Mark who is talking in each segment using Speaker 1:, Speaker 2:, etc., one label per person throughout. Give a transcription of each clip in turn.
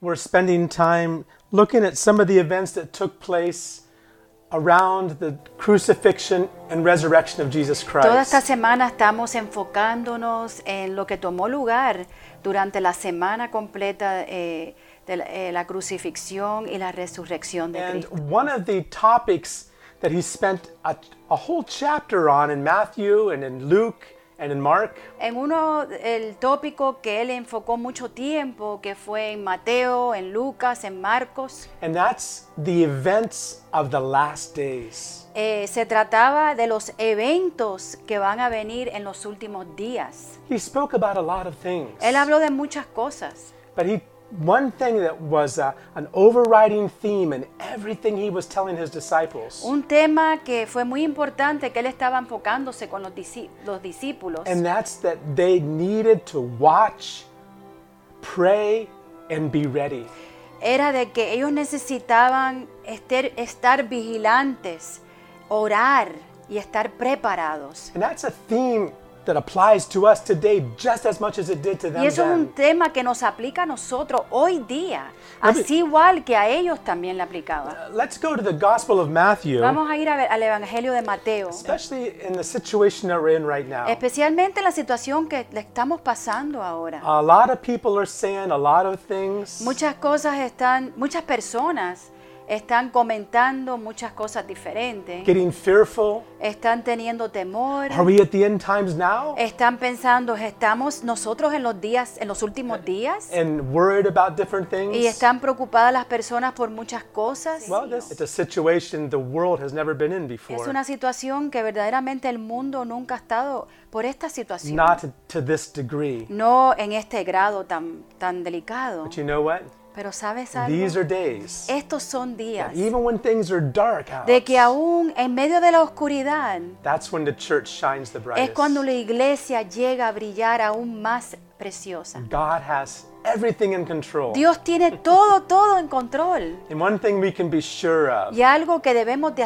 Speaker 1: we're spending time looking at some of the events that took place around the crucifixion and resurrection of Jesus
Speaker 2: Toda
Speaker 1: Christ.
Speaker 2: esta semana estamos enfocándonos en lo que tomó lugar durante la semana completa eh, de la, eh, la crucifixión y la resurrección de
Speaker 1: And
Speaker 2: Cristo.
Speaker 1: one of the topics that he spent a, a whole chapter on in Matthew and in Luke and in Mark
Speaker 2: En uno, el tópico que él enfocó mucho tiempo, que fue en Mateo, en Lucas, en Marcos,
Speaker 1: And that's the events of the last days.
Speaker 2: eh, se trataba de los eventos que van a venir en los últimos días.
Speaker 1: He spoke about a lot of things.
Speaker 2: Él habló de muchas cosas.
Speaker 1: But he one thing that was uh, an overriding theme in everything he was telling his disciples.
Speaker 2: Un tema que fue muy importante, que él estaba enfocándose con los, disci- los discípulos.
Speaker 1: And that's that they needed to watch, pray, and be ready.
Speaker 2: era de que ellos necesitaban ester- estar vigilantes, orar y estar preparados.
Speaker 1: And that's a theme that applies to us today just as much as it did to them
Speaker 2: Y eso es
Speaker 1: then.
Speaker 2: un tema que nos aplica a nosotros hoy día,
Speaker 1: Let me-
Speaker 2: así igual que a ellos también le aplicaba.
Speaker 1: Uh, Let's go to the Gospel of Matthew,
Speaker 2: Vamos a ir a ver al Evangelio de Mateo,
Speaker 1: especially in the situation that we're in right now.
Speaker 2: especialmente la situación que le estamos pasando ahora.
Speaker 1: A lot of people are saying a lot of things.
Speaker 2: Muchas cosas están, muchas personas están comentando muchas cosas diferentes,
Speaker 1: Getting fearful.
Speaker 2: están teniendo temor.
Speaker 1: Are we at the end times now?
Speaker 2: Están pensando, estamos nosotros en los días, en los
Speaker 1: Eh,
Speaker 2: últimos días,
Speaker 1: And worried about different things?
Speaker 2: y están preocupadas las personas por muchas cosas.
Speaker 1: pues, Well, this, it's a situation the world has never been in
Speaker 2: Es
Speaker 1: before.
Speaker 2: una situación que verdaderamente el mundo nunca ha estado por esta situación.
Speaker 1: Not to this degree.
Speaker 2: no en este grado tan, tan delicado.
Speaker 1: But you know what?
Speaker 2: Pero sabes algo,
Speaker 1: These are days.
Speaker 2: estos son días
Speaker 1: Even when things are dark out,
Speaker 2: de que aún en medio de la oscuridad
Speaker 1: that's when the church shines the
Speaker 2: es
Speaker 1: brightest.
Speaker 2: cuando la iglesia llega a brillar aún más preciosa.
Speaker 1: God has everything in control.
Speaker 2: Dios tiene todo, todo en control.
Speaker 1: And one thing we can be sure of
Speaker 2: Y algo que debemos de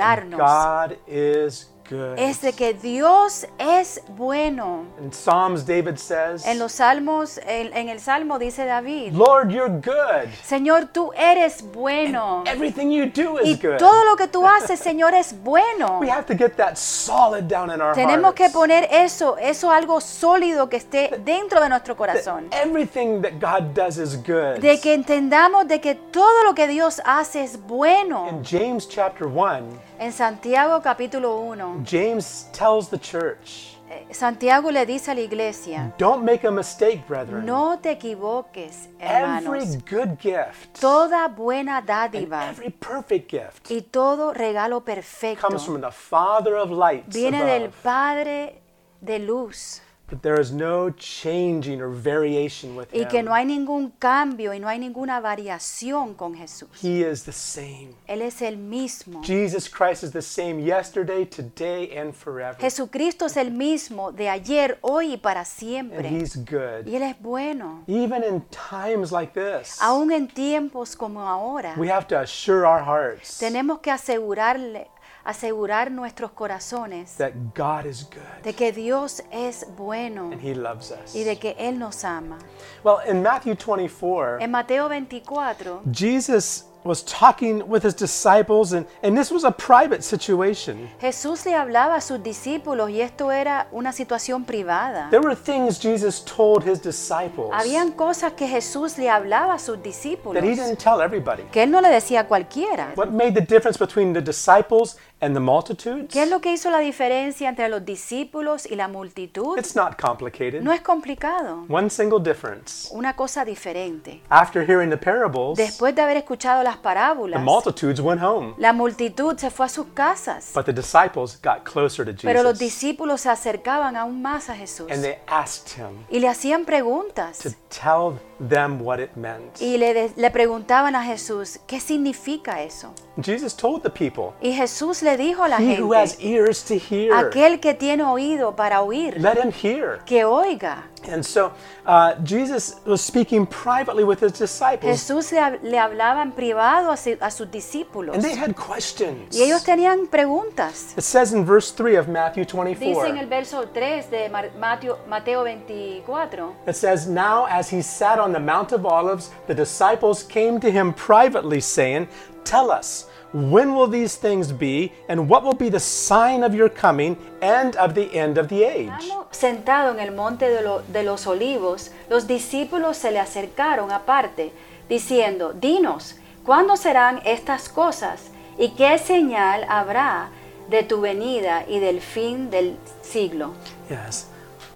Speaker 2: asegurarnos
Speaker 1: God is good.
Speaker 2: es de que Dios es bueno.
Speaker 1: In Psalms, David says,
Speaker 2: En los salmos, en, en el salmo dice David,
Speaker 1: Lord, you're good.
Speaker 2: Señor, tú eres bueno.
Speaker 1: Everything you do is
Speaker 2: Y
Speaker 1: good.
Speaker 2: todo lo que tú haces, Señor, es bueno.
Speaker 1: We have to get that solid down in our
Speaker 2: Tenemos que
Speaker 1: hearts.
Speaker 2: poner eso, eso algo sólido que esté dentro de nuestro corazón.
Speaker 1: Everything that God does is good.
Speaker 2: De que entendamos de que todo lo que Dios hace es bueno.
Speaker 1: In James chapter 1,
Speaker 2: En Santiago capítulo 1,
Speaker 1: James tells the church,
Speaker 2: eh, Santiago le dice a la iglesia,
Speaker 1: don't make a mistake, brethren.
Speaker 2: No te equivoques,
Speaker 1: Mm. every
Speaker 2: hermanos.
Speaker 1: good gift,
Speaker 2: Toda buena
Speaker 1: and
Speaker 2: dádiva
Speaker 1: every perfect gift
Speaker 2: y todo regalo
Speaker 1: comes
Speaker 2: perfecto
Speaker 1: from the Father of lights
Speaker 2: viene del
Speaker 1: above.
Speaker 2: Padre de luz
Speaker 1: But there is no changing or variation with
Speaker 2: y
Speaker 1: him.
Speaker 2: que no hay ningún cambio y no hay ninguna variación con Jesús.
Speaker 1: He is the same.
Speaker 2: Él es el mismo.
Speaker 1: Jesus Christ is the same yesterday, today, and forever.
Speaker 2: Jesucristo es el mismo de ayer, hoy y para
Speaker 1: and
Speaker 2: siempre.
Speaker 1: he's good.
Speaker 2: Y Él es bueno.
Speaker 1: Even in times like this,
Speaker 2: Aún en tiempos como ahora,
Speaker 1: we have to assure our hearts
Speaker 2: tenemos que asegurarle, asegurar nuestros corazones
Speaker 1: that God is good
Speaker 2: de que Dios es bueno.
Speaker 1: and He loves us.
Speaker 2: y de que Él nos ama.
Speaker 1: Well, in Matthew 24,
Speaker 2: En Mateo 24,
Speaker 1: Jesus was talking with his disciples, and, and this was a private situation.
Speaker 2: Jesús le hablaba a sus discípulos y esto era una situación privada.
Speaker 1: There were things Jesus told his disciples
Speaker 2: Habían cosas que Jesús le hablaba a sus
Speaker 1: that he
Speaker 2: discípulos
Speaker 1: didn't tell everybody.
Speaker 2: que Él no le decía a cualquiera.
Speaker 1: What made the difference between the disciples and the multitudes?
Speaker 2: ¿Qué es lo que hizo la diferencia entre los discípulos y la multitud?
Speaker 1: It's not complicated.
Speaker 2: No es complicado,
Speaker 1: One single difference.
Speaker 2: una cosa diferente.
Speaker 1: After hearing the parables,
Speaker 2: Después de haber escuchado
Speaker 1: the
Speaker 2: las parábolas,
Speaker 1: multitudes went home,
Speaker 2: la multitud se fue a sus casas,
Speaker 1: but the disciples got closer to
Speaker 2: pero los
Speaker 1: Pues Jesus.
Speaker 2: discípulos se acercaban aún más a Jesús
Speaker 1: And they asked him
Speaker 2: y le hacían preguntas.
Speaker 1: to tell them what it meant.
Speaker 2: Y le, de- le preguntaban a Jesús, ¿qué significa eso?
Speaker 1: Jesus told the people,
Speaker 2: Y Jesús le dijo a la
Speaker 1: He who has
Speaker 2: gente,
Speaker 1: ears to hear,
Speaker 2: aquel que tiene oído para oír,
Speaker 1: let him hear.
Speaker 2: que oiga.
Speaker 1: And so uh, Jesus was speaking privately with his disciples,
Speaker 2: Jesús le, hab- le hablaba en privado a, si- a sus discípulos.
Speaker 1: and they had questions.
Speaker 2: Y ellos tenían preguntas.
Speaker 1: It says in verse 3 of Matthew
Speaker 2: Dice en el
Speaker 1: 24,
Speaker 2: verso 3 de Mar- Mateo, Mateo 24,
Speaker 1: it says, Now as he sat on on the Mount of Olives, the disciples came to him privately, saying, Tell us, when will these things be, and what will be the sign of your coming and of the end of the age?
Speaker 2: Estando Sentado en el monte de, lo- de los olivos, los discípulos se le acercaron aparte, diciendo, Dinos, ¿cuándo serán estas cosas? ¿Y qué señal habrá de tu venida y del fin del siglo?
Speaker 1: Yes.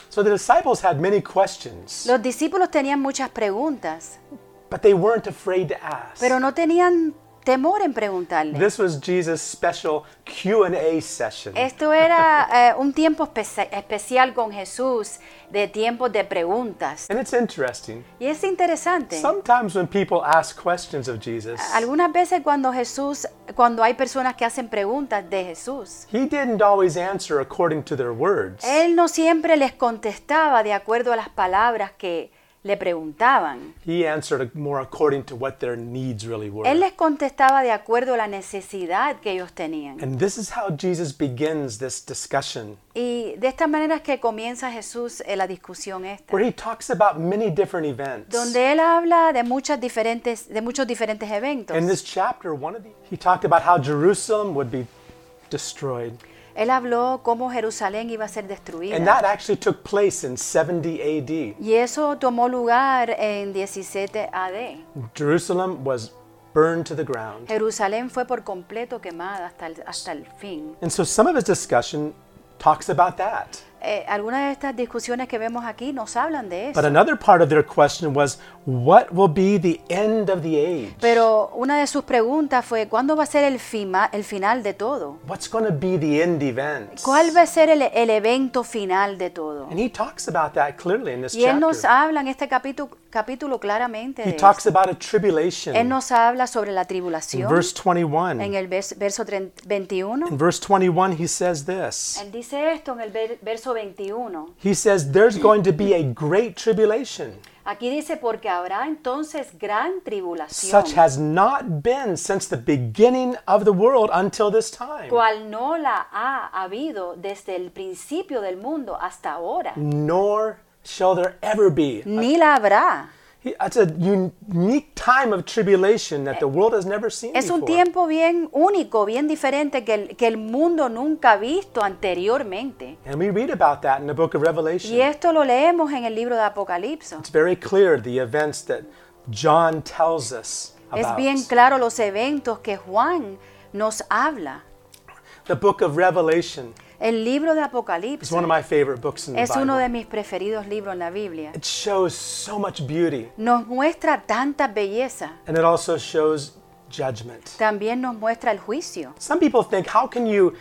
Speaker 1: So the disciples had many questions,
Speaker 2: Los discípulos tenían muchas preguntas,
Speaker 1: but they weren't afraid to ask.
Speaker 2: pero no tenían temor en preguntarle.
Speaker 1: This was Jesus' special Q&A session.
Speaker 2: Esto era eh, un tiempo espe- especial con Jesús, de tiempos de preguntas.
Speaker 1: And it's interesting.
Speaker 2: Y es interesante.
Speaker 1: Sometimes when people ask questions of Jesus,
Speaker 2: Algunas veces cuando Jesús, cuando hay personas que hacen preguntas de Jesús,
Speaker 1: he didn't always answer according to their words.
Speaker 2: él no siempre les contestaba de acuerdo a las palabras que le preguntaban.
Speaker 1: He answered more according to what their needs really were.
Speaker 2: Él les contestaba de acuerdo a la necesidad que ellos tenían.
Speaker 1: And this is how Jesus begins this discussion,
Speaker 2: Y de esta manera es que comienza Jesús eh, la discusión esta,
Speaker 1: where he talks about many different events.
Speaker 2: donde él habla de muchas diferentes, de muchos diferentes eventos.
Speaker 1: In this chapter, one of the, he talked about how Jerusalem would be destroyed.
Speaker 2: Él habló cómo Jerusalén iba a ser destruida.
Speaker 1: And that actually took place in 70
Speaker 2: y eso tomó lugar en 17 AD.
Speaker 1: AD. Jerusalem was burned to the ground.
Speaker 2: Jerusalén fue por completo quemada hasta el, hasta el fin.
Speaker 1: And so some of his discussion talks about that.
Speaker 2: Eh, algunas de estas discusiones que vemos aquí nos hablan de
Speaker 1: But
Speaker 2: eso.
Speaker 1: another part of their question was, what will be the end of the age?
Speaker 2: Pero una de sus preguntas fue, ¿cuándo va a ser el, fima- el final de todo?
Speaker 1: What's going to be the end event?
Speaker 2: ¿Cuál va a ser el, el evento final de todo?
Speaker 1: And he talks about that clearly in this
Speaker 2: Y Él nos
Speaker 1: chapter.
Speaker 2: habla en este capítulo, capítulo claramente
Speaker 1: He
Speaker 2: de eso.
Speaker 1: talks about a
Speaker 2: Él
Speaker 1: tribulation
Speaker 2: nos habla sobre la
Speaker 1: in
Speaker 2: tribulación
Speaker 1: verse 21.
Speaker 2: en el vers- verso 30 21.
Speaker 1: In verse 21, he says this.
Speaker 2: Él dice esto en el ver- verso 21.
Speaker 1: He says, There's going to be a great tribulation,
Speaker 2: Aquí dice, porque habrá entonces gran tribulación,
Speaker 1: such has not been since the beginning of the world until this time.
Speaker 2: cual no la ha habido desde el principio del mundo hasta ahora,
Speaker 1: Nor shall there ever be.
Speaker 2: ni la habrá.
Speaker 1: He- That's a unique time of tribulation that the world has never seen
Speaker 2: Es un
Speaker 1: before.
Speaker 2: tiempo bien único, bien diferente que el, que el mundo nunca ha visto anteriormente.
Speaker 1: And we read about that in the book of
Speaker 2: Y
Speaker 1: Revelation.
Speaker 2: esto lo leemos en el libro de Apocalipsis.
Speaker 1: It's very clear the events that John tells us
Speaker 2: Es
Speaker 1: about.
Speaker 2: bien claro los eventos que Juan nos habla.
Speaker 1: The book of Revelation
Speaker 2: El libro de
Speaker 1: is
Speaker 2: Apocalipsis
Speaker 1: one of my favorite books in the
Speaker 2: es uno
Speaker 1: Bible.
Speaker 2: de mis preferidos libros en la Biblia.
Speaker 1: It shows so much beauty
Speaker 2: Nos muestra tanta belleza.
Speaker 1: and it also shows judgment.
Speaker 2: También nos muestra el juicio.
Speaker 1: Some people think, how can you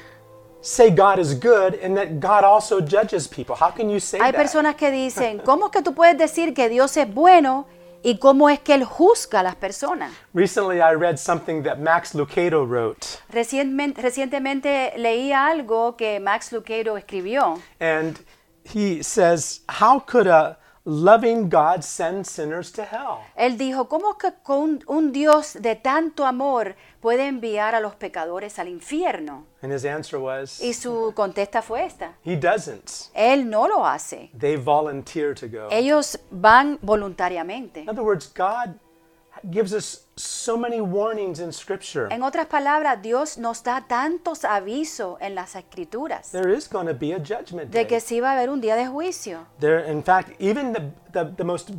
Speaker 1: say God is good and that God also judges people? How can you say
Speaker 2: Hay
Speaker 1: that?
Speaker 2: personas que dicen, ¿cómo es que tú puedes decir que Dios es bueno y cómo es que Él juzga a las personas?
Speaker 1: Recently, I read something that Max Lucado wrote,
Speaker 2: Recientemente, recientemente leía algo que Max Lucado escribió
Speaker 1: and he says, How could a loving God send sinners to hell?
Speaker 2: Él dijo, ¿cómo es que con un Dios de tanto amor puede enviar a los pecadores al infierno?
Speaker 1: And his answer was,
Speaker 2: Y su contesta fue esta,
Speaker 1: He doesn't.
Speaker 2: Él no lo hace,
Speaker 1: They volunteer to go.
Speaker 2: ellos van voluntariamente.
Speaker 1: In other words, God gives us so many warnings in Scripture.
Speaker 2: En otras palabras, Dios nos da tantos avisos en las escrituras
Speaker 1: There is going to be a judgment
Speaker 2: de que
Speaker 1: day.
Speaker 2: sí va a haber un día de juicio.
Speaker 1: There, in fact, even the, the, the most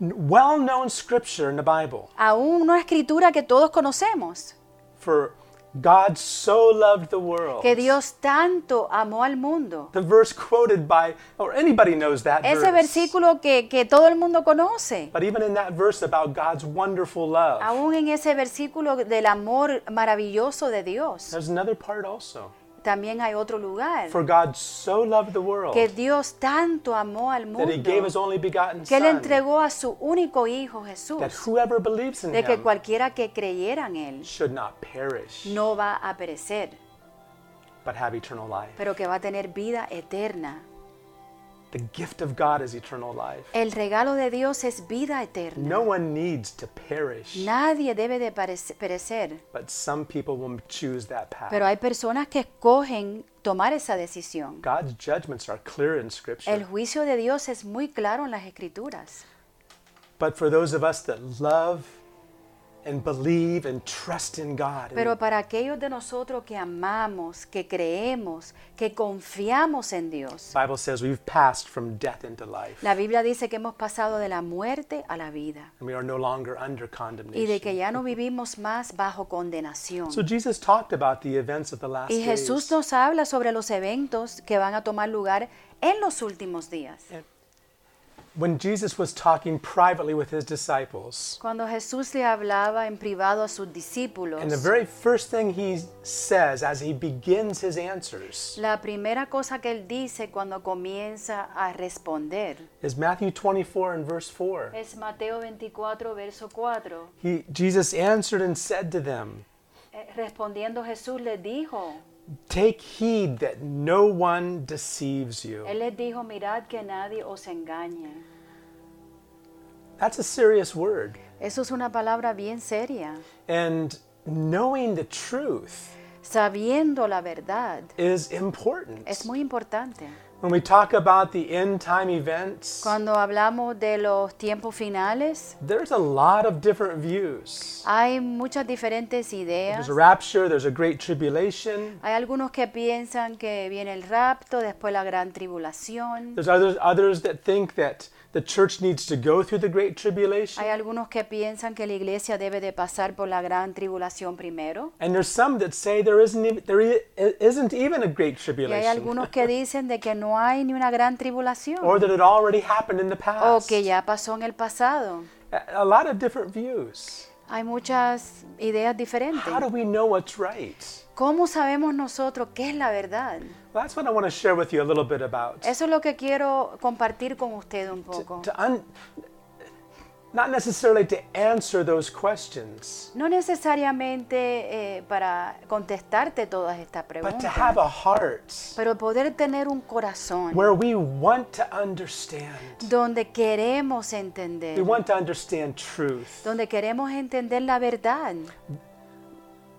Speaker 1: well known Scripture in the Bible
Speaker 2: Aún una escritura que todos conocemos,
Speaker 1: for God so loved the world.
Speaker 2: que Dios tanto amó al mundo.
Speaker 1: The verse quoted by, or anybody knows that verse.
Speaker 2: Ese versículo que, que todo el mundo conoce.
Speaker 1: But even in that verse about God's wonderful love,
Speaker 2: Aún en ese versículo del amor maravilloso de Dios,
Speaker 1: there's another part also.
Speaker 2: también hay otro lugar.
Speaker 1: For God so loved the world
Speaker 2: Que Dios tanto amó al
Speaker 1: that He gave His
Speaker 2: mundo,
Speaker 1: only begotten
Speaker 2: que
Speaker 1: Son,
Speaker 2: le entregó a su único Hijo
Speaker 1: that
Speaker 2: Jesús,
Speaker 1: whoever believes in
Speaker 2: de que
Speaker 1: Him
Speaker 2: cualquiera que creyera en Él
Speaker 1: should not perish,
Speaker 2: no va a perecer,
Speaker 1: but have eternal life.
Speaker 2: pero que va a tener vida eterna.
Speaker 1: The gift of God is eternal life.
Speaker 2: El regalo de Dios es vida eterna.
Speaker 1: No one needs to perish,
Speaker 2: Nadie debe de parec- perecer,
Speaker 1: but some people will choose that path.
Speaker 2: pero hay personas que escogen tomar esa decisión.
Speaker 1: God's judgments are clear in Scripture.
Speaker 2: El juicio de Dios es muy claro en las escrituras.
Speaker 1: but for those of us that love and believe and trust in God. And
Speaker 2: Pero para aquellos de nosotros que amamos, que creemos, que confiamos en Dios,
Speaker 1: the Bible says we've passed from death into life,
Speaker 2: la Biblia dice que hemos pasado de la muerte a la vida
Speaker 1: and we are no longer under
Speaker 2: y de
Speaker 1: condemnation.
Speaker 2: que ya no vivimos más bajo condenación.
Speaker 1: So Jesus talked about the events of the last
Speaker 2: Y Jesús
Speaker 1: days.
Speaker 2: nos habla sobre los eventos que van a tomar lugar en los últimos días.
Speaker 1: When Jesus was talking privately with his disciples,
Speaker 2: Cuando Jesús le hablaba en privado a sus discípulos,
Speaker 1: and the very first thing he says as he begins his answers
Speaker 2: la primera cosa que él dice cuando comienza a responder
Speaker 1: is Matthew 24 and verse 4.
Speaker 2: es Mateo 24, verso 4.
Speaker 1: He, Jesus answered and said to them,
Speaker 2: Eh, Respondiendo Jesús les dijo,
Speaker 1: Take heed that no one deceives you.
Speaker 2: él les dijo, mirad que nadie os engañe.
Speaker 1: That's a serious word.
Speaker 2: Eso es una palabra bien seria.
Speaker 1: And knowing the truth
Speaker 2: Sabiendo la verdad
Speaker 1: is important.
Speaker 2: es muy importante.
Speaker 1: When we talk about the end time events,
Speaker 2: Cuando hablamos de los tiempos finales,
Speaker 1: there's a lot of different views.
Speaker 2: hay muchas diferentes
Speaker 1: There's
Speaker 2: ideas.
Speaker 1: a rapture, there's a great tribulation,
Speaker 2: Hay algunos que piensan que viene el rapto, después la gran tribulación.
Speaker 1: there's others, others that think that the church needs to go through the great tribulation,
Speaker 2: Hay algunos que piensan que la iglesia debe de pasar por la gran tribulación primero.
Speaker 1: and there's some that say there isn't even, there i- isn't even a great
Speaker 2: Y hay
Speaker 1: tribulation,
Speaker 2: algunos que dicen de que no hay ni una gran
Speaker 1: or
Speaker 2: tribulación
Speaker 1: that it already happened in the
Speaker 2: o
Speaker 1: past.
Speaker 2: que ya pasó en el pasado.
Speaker 1: A- A lot of different views.
Speaker 2: Hay muchas ideas diferentes.
Speaker 1: How do we know what's right?
Speaker 2: ¿Cómo sabemos nosotros qué es la verdad?
Speaker 1: Well, that's what I want to share with you a little bit about.
Speaker 2: Eso es lo que quiero compartir con usted un poco.
Speaker 1: To un- not necessarily to answer those questions,
Speaker 2: No necesariamente eh, para contestarte todas estas
Speaker 1: but to
Speaker 2: preguntas.
Speaker 1: have a heart
Speaker 2: pero poder tener un corazón
Speaker 1: where we want to understand.
Speaker 2: donde queremos
Speaker 1: We
Speaker 2: entender,
Speaker 1: want to understand truth.
Speaker 2: donde queremos entender la verdad.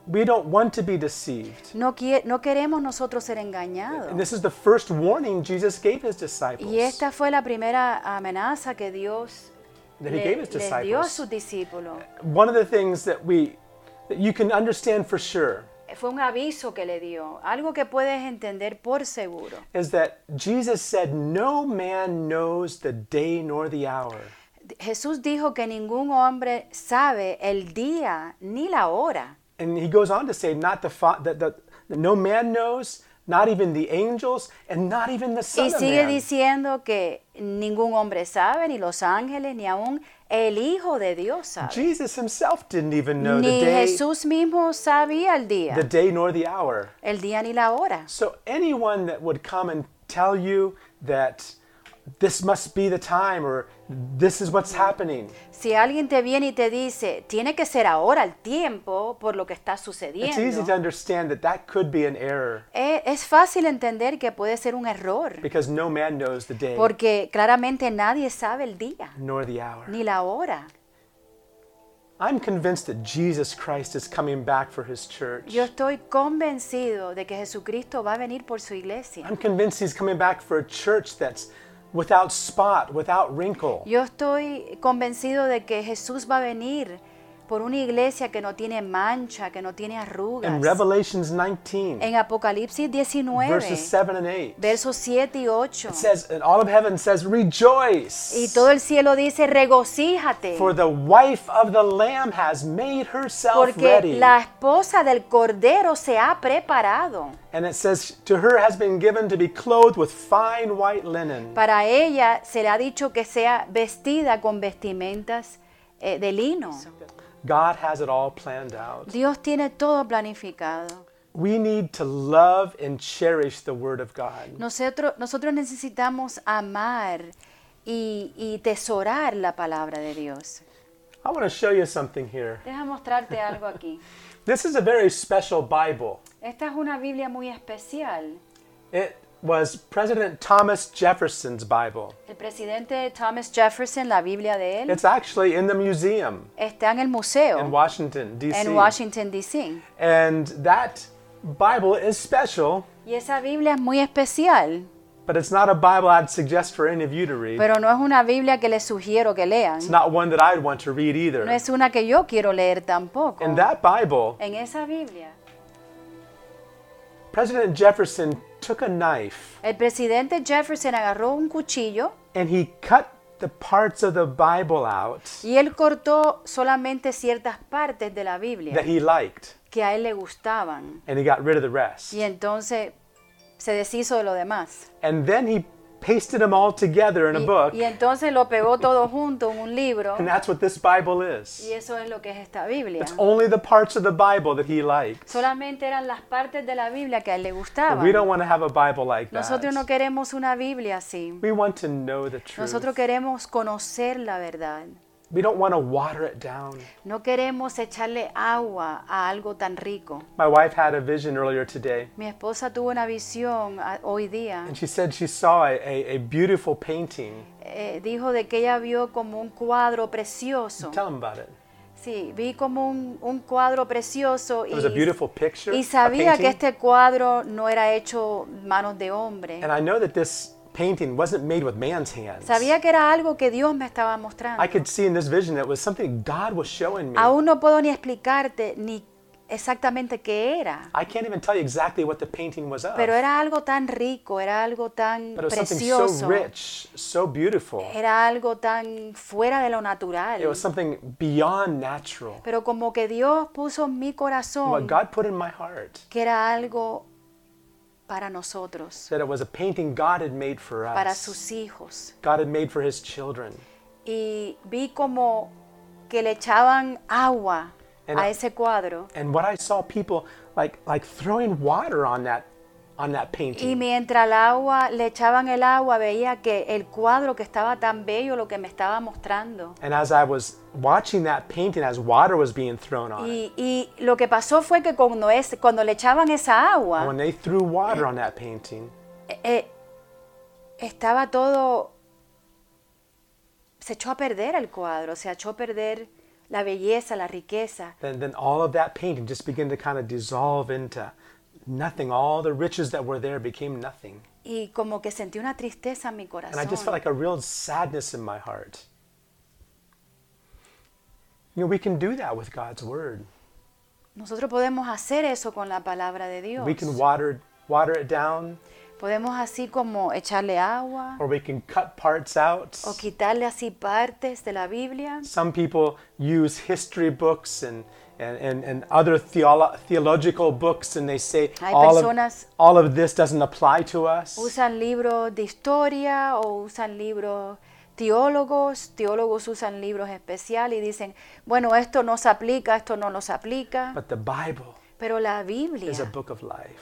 Speaker 1: We don't want to be deceived.
Speaker 2: No, quie- no queremos nosotros ser
Speaker 1: And
Speaker 2: engañados.
Speaker 1: this is the first warning Jesus gave his
Speaker 2: Y
Speaker 1: disciples.
Speaker 2: esta fue la primera amenaza que Dios
Speaker 1: That he
Speaker 2: le-
Speaker 1: gave his
Speaker 2: les dio a
Speaker 1: disciples.
Speaker 2: sus discípulos.
Speaker 1: One of the things that we that you can understand for sure
Speaker 2: Fue un aviso que le dio, algo que puedes entender por seguro.
Speaker 1: is that Jesus said, "No man knows the day nor the hour."
Speaker 2: Jesús dijo que ningún hombre sabe el día ni la hora.
Speaker 1: And he goes on to say, not the, fa- that the, that no man knows, not even the angels, and not even the Son
Speaker 2: Y
Speaker 1: of
Speaker 2: sigue
Speaker 1: Man.
Speaker 2: diciendo que ningún hombre sabe, ni los ángeles, ni aún el Hijo de Dios sabe.
Speaker 1: Jesus himself didn't even know the
Speaker 2: Ni
Speaker 1: day,
Speaker 2: Jesús mismo sabía el
Speaker 1: the
Speaker 2: día,
Speaker 1: day nor the hour.
Speaker 2: el día ni la hora.
Speaker 1: So anyone that would come and tell you that this must be the time or this is what's happening,
Speaker 2: Si alguien te viene y te dice, tiene que ser ahora el tiempo por lo que está
Speaker 1: it's easy to
Speaker 2: sucediendo,
Speaker 1: understand that that could be an error
Speaker 2: e- es fácil entender que puede ser un error,
Speaker 1: because no man knows the day
Speaker 2: porque claramente nadie sabe el día
Speaker 1: nor the hour.
Speaker 2: ni la hora.
Speaker 1: I'm convinced that Jesus Christ is coming back for his church.
Speaker 2: Yo estoy convencido de que Jesucristo va a venir por su iglesia.
Speaker 1: I'm convinced he's coming back for a church that's without spot, without wrinkle.
Speaker 2: Yo estoy convencido de que Jesús va a venir por una iglesia que no tiene mancha, que no tiene
Speaker 1: In
Speaker 2: arrugas.
Speaker 1: Revelations 19,
Speaker 2: En Apocalipsis 19,
Speaker 1: verses 7 and 8, it
Speaker 2: versos 7 y 8.
Speaker 1: says, and all of heaven says,
Speaker 2: Y
Speaker 1: Rejoice!
Speaker 2: todo el cielo dice, regocíjate,
Speaker 1: For the wife of the Lamb has made herself
Speaker 2: porque
Speaker 1: ready.
Speaker 2: la esposa del Cordero se ha preparado.
Speaker 1: And it says, To her has been given to be clothed with fine white linen,
Speaker 2: Para ella se le ha dicho que sea vestida con vestimentas eh, de lino.
Speaker 1: God has it all planned out.
Speaker 2: Dios tiene todo planificado.
Speaker 1: We need to love and cherish the Word of God.
Speaker 2: Nosotros, nosotros necesitamos amar y, y tesorar la palabra de Dios.
Speaker 1: I want to show you something here.
Speaker 2: Deja mostrarte algo aquí.
Speaker 1: This is a very special Bible.
Speaker 2: Esta es una Biblia muy especial.
Speaker 1: It was President Thomas Jefferson's Bible.
Speaker 2: El presidente Thomas Jefferson, la Biblia de él,
Speaker 1: It's actually in the museum
Speaker 2: está en el
Speaker 1: in
Speaker 2: museo
Speaker 1: Washington, D.C.
Speaker 2: en Washington, D.C.
Speaker 1: And that Bible is special
Speaker 2: Y esa Biblia es muy especial
Speaker 1: but it's not a Bible I'd suggest for any of you to read.
Speaker 2: Pero no es una Biblia que les sugiero que lean.
Speaker 1: It's not one that I'd want to read
Speaker 2: No
Speaker 1: either.
Speaker 2: es una que yo quiero leer tampoco.
Speaker 1: In that Bible,
Speaker 2: En esa Biblia,
Speaker 1: President Jefferson took a knife
Speaker 2: el presidente Jefferson agarró un cuchillo
Speaker 1: and he cut the parts of the Bible out
Speaker 2: y él cortó solamente ciertas partes de la
Speaker 1: that
Speaker 2: Biblia
Speaker 1: he liked
Speaker 2: que a él le gustaban.
Speaker 1: and he got rid of the rest.
Speaker 2: Y entonces se deshizo de lo demás.
Speaker 1: And then he pasted them all together in a
Speaker 2: Y-
Speaker 1: book.
Speaker 2: y entonces lo pegó todo junto en un libro.
Speaker 1: And that's what this Bible is.
Speaker 2: Y eso es lo que es esta Biblia.
Speaker 1: It's only the parts of the Bible that he liked.
Speaker 2: Solamente eran las partes de la Biblia que a él le
Speaker 1: We
Speaker 2: gustaban.
Speaker 1: don't want to have a Bible like
Speaker 2: Nosotros no
Speaker 1: that.
Speaker 2: queremos una Biblia así.
Speaker 1: We want to know the truth.
Speaker 2: Nosotros queremos conocer la verdad.
Speaker 1: We don't want to water it down.
Speaker 2: No queremos echarle agua a algo tan rico.
Speaker 1: My wife had a vision earlier today,
Speaker 2: Mi esposa tuvo una visión a- hoy día.
Speaker 1: and she said she saw a, a, a beautiful painting.
Speaker 2: Eh, dijo de que ella vio como un cuadro precioso.
Speaker 1: Tell them about it.
Speaker 2: Sí, vi como un, un cuadro precioso y,
Speaker 1: It was a beautiful picture.
Speaker 2: y
Speaker 1: a
Speaker 2: sabía que
Speaker 1: painting.
Speaker 2: este cuadro no era hecho manos de hombre.
Speaker 1: And I know that this painting wasn't made with man's hands.
Speaker 2: Sabía que era algo que Dios me estaba mostrando.
Speaker 1: I could see in this vision that it was something God was showing me.
Speaker 2: Aún no puedo ni explicarte ni exactamente qué era,
Speaker 1: I can't even tell you exactly what the painting was of.
Speaker 2: pero era algo tan rico, era algo tan
Speaker 1: But it was something so
Speaker 2: precioso,
Speaker 1: rich, so beautiful.
Speaker 2: era algo tan fuera de lo
Speaker 1: It
Speaker 2: natural.
Speaker 1: was something beyond natural.
Speaker 2: Pero como que Dios puso en mi
Speaker 1: What
Speaker 2: corazón
Speaker 1: God put in my heart,
Speaker 2: que era algo para nosotros,
Speaker 1: that it was a painting God had made for
Speaker 2: para
Speaker 1: us,
Speaker 2: sus hijos.
Speaker 1: God had made for His children.
Speaker 2: Y vi como que le echaban agua
Speaker 1: And
Speaker 2: a
Speaker 1: I-
Speaker 2: ese cuadro.
Speaker 1: And what I saw people like like throwing water on that on that
Speaker 2: Y
Speaker 1: painting.
Speaker 2: mientras el agua, le echaban el agua, veía que el cuadro que estaba tan bello, lo que me estaba mostrando.
Speaker 1: And as I was watching that painting, as water was being thrown on it,
Speaker 2: Y, y lo que pasó fue que cuando, es, cuando le echaban esa
Speaker 1: and
Speaker 2: agua,
Speaker 1: when they threw water on that painting,
Speaker 2: eh, eh, estaba todo... Se echó a perder el cuadro, se echó a perder la belleza, la riqueza.
Speaker 1: then then all of that painting just began to kind of dissolve into nothing. All the riches that were there became nothing.
Speaker 2: Y como que sentí una tristeza en mi
Speaker 1: And I just felt
Speaker 2: corazón.
Speaker 1: like a real sadness in my heart. You know, we can do that with God's word.
Speaker 2: Nosotros podemos hacer eso con la palabra de Dios.
Speaker 1: We can water water it down,
Speaker 2: Podemos así como echarle agua.
Speaker 1: or we can cut parts out.
Speaker 2: o quitarle así partes de la Biblia.
Speaker 1: Some people use history books and and, and, and other theolo- theological books, and they say
Speaker 2: Hay
Speaker 1: all of,
Speaker 2: personas-
Speaker 1: all of this doesn't apply to us.
Speaker 2: Usan libros de historia o usan libros teólogos. Teólogos usan libros especiales y dicen, bueno, esto no se aplica, esto no nos aplica.
Speaker 1: But the Bible
Speaker 2: Pero la Biblia
Speaker 1: is a book of life,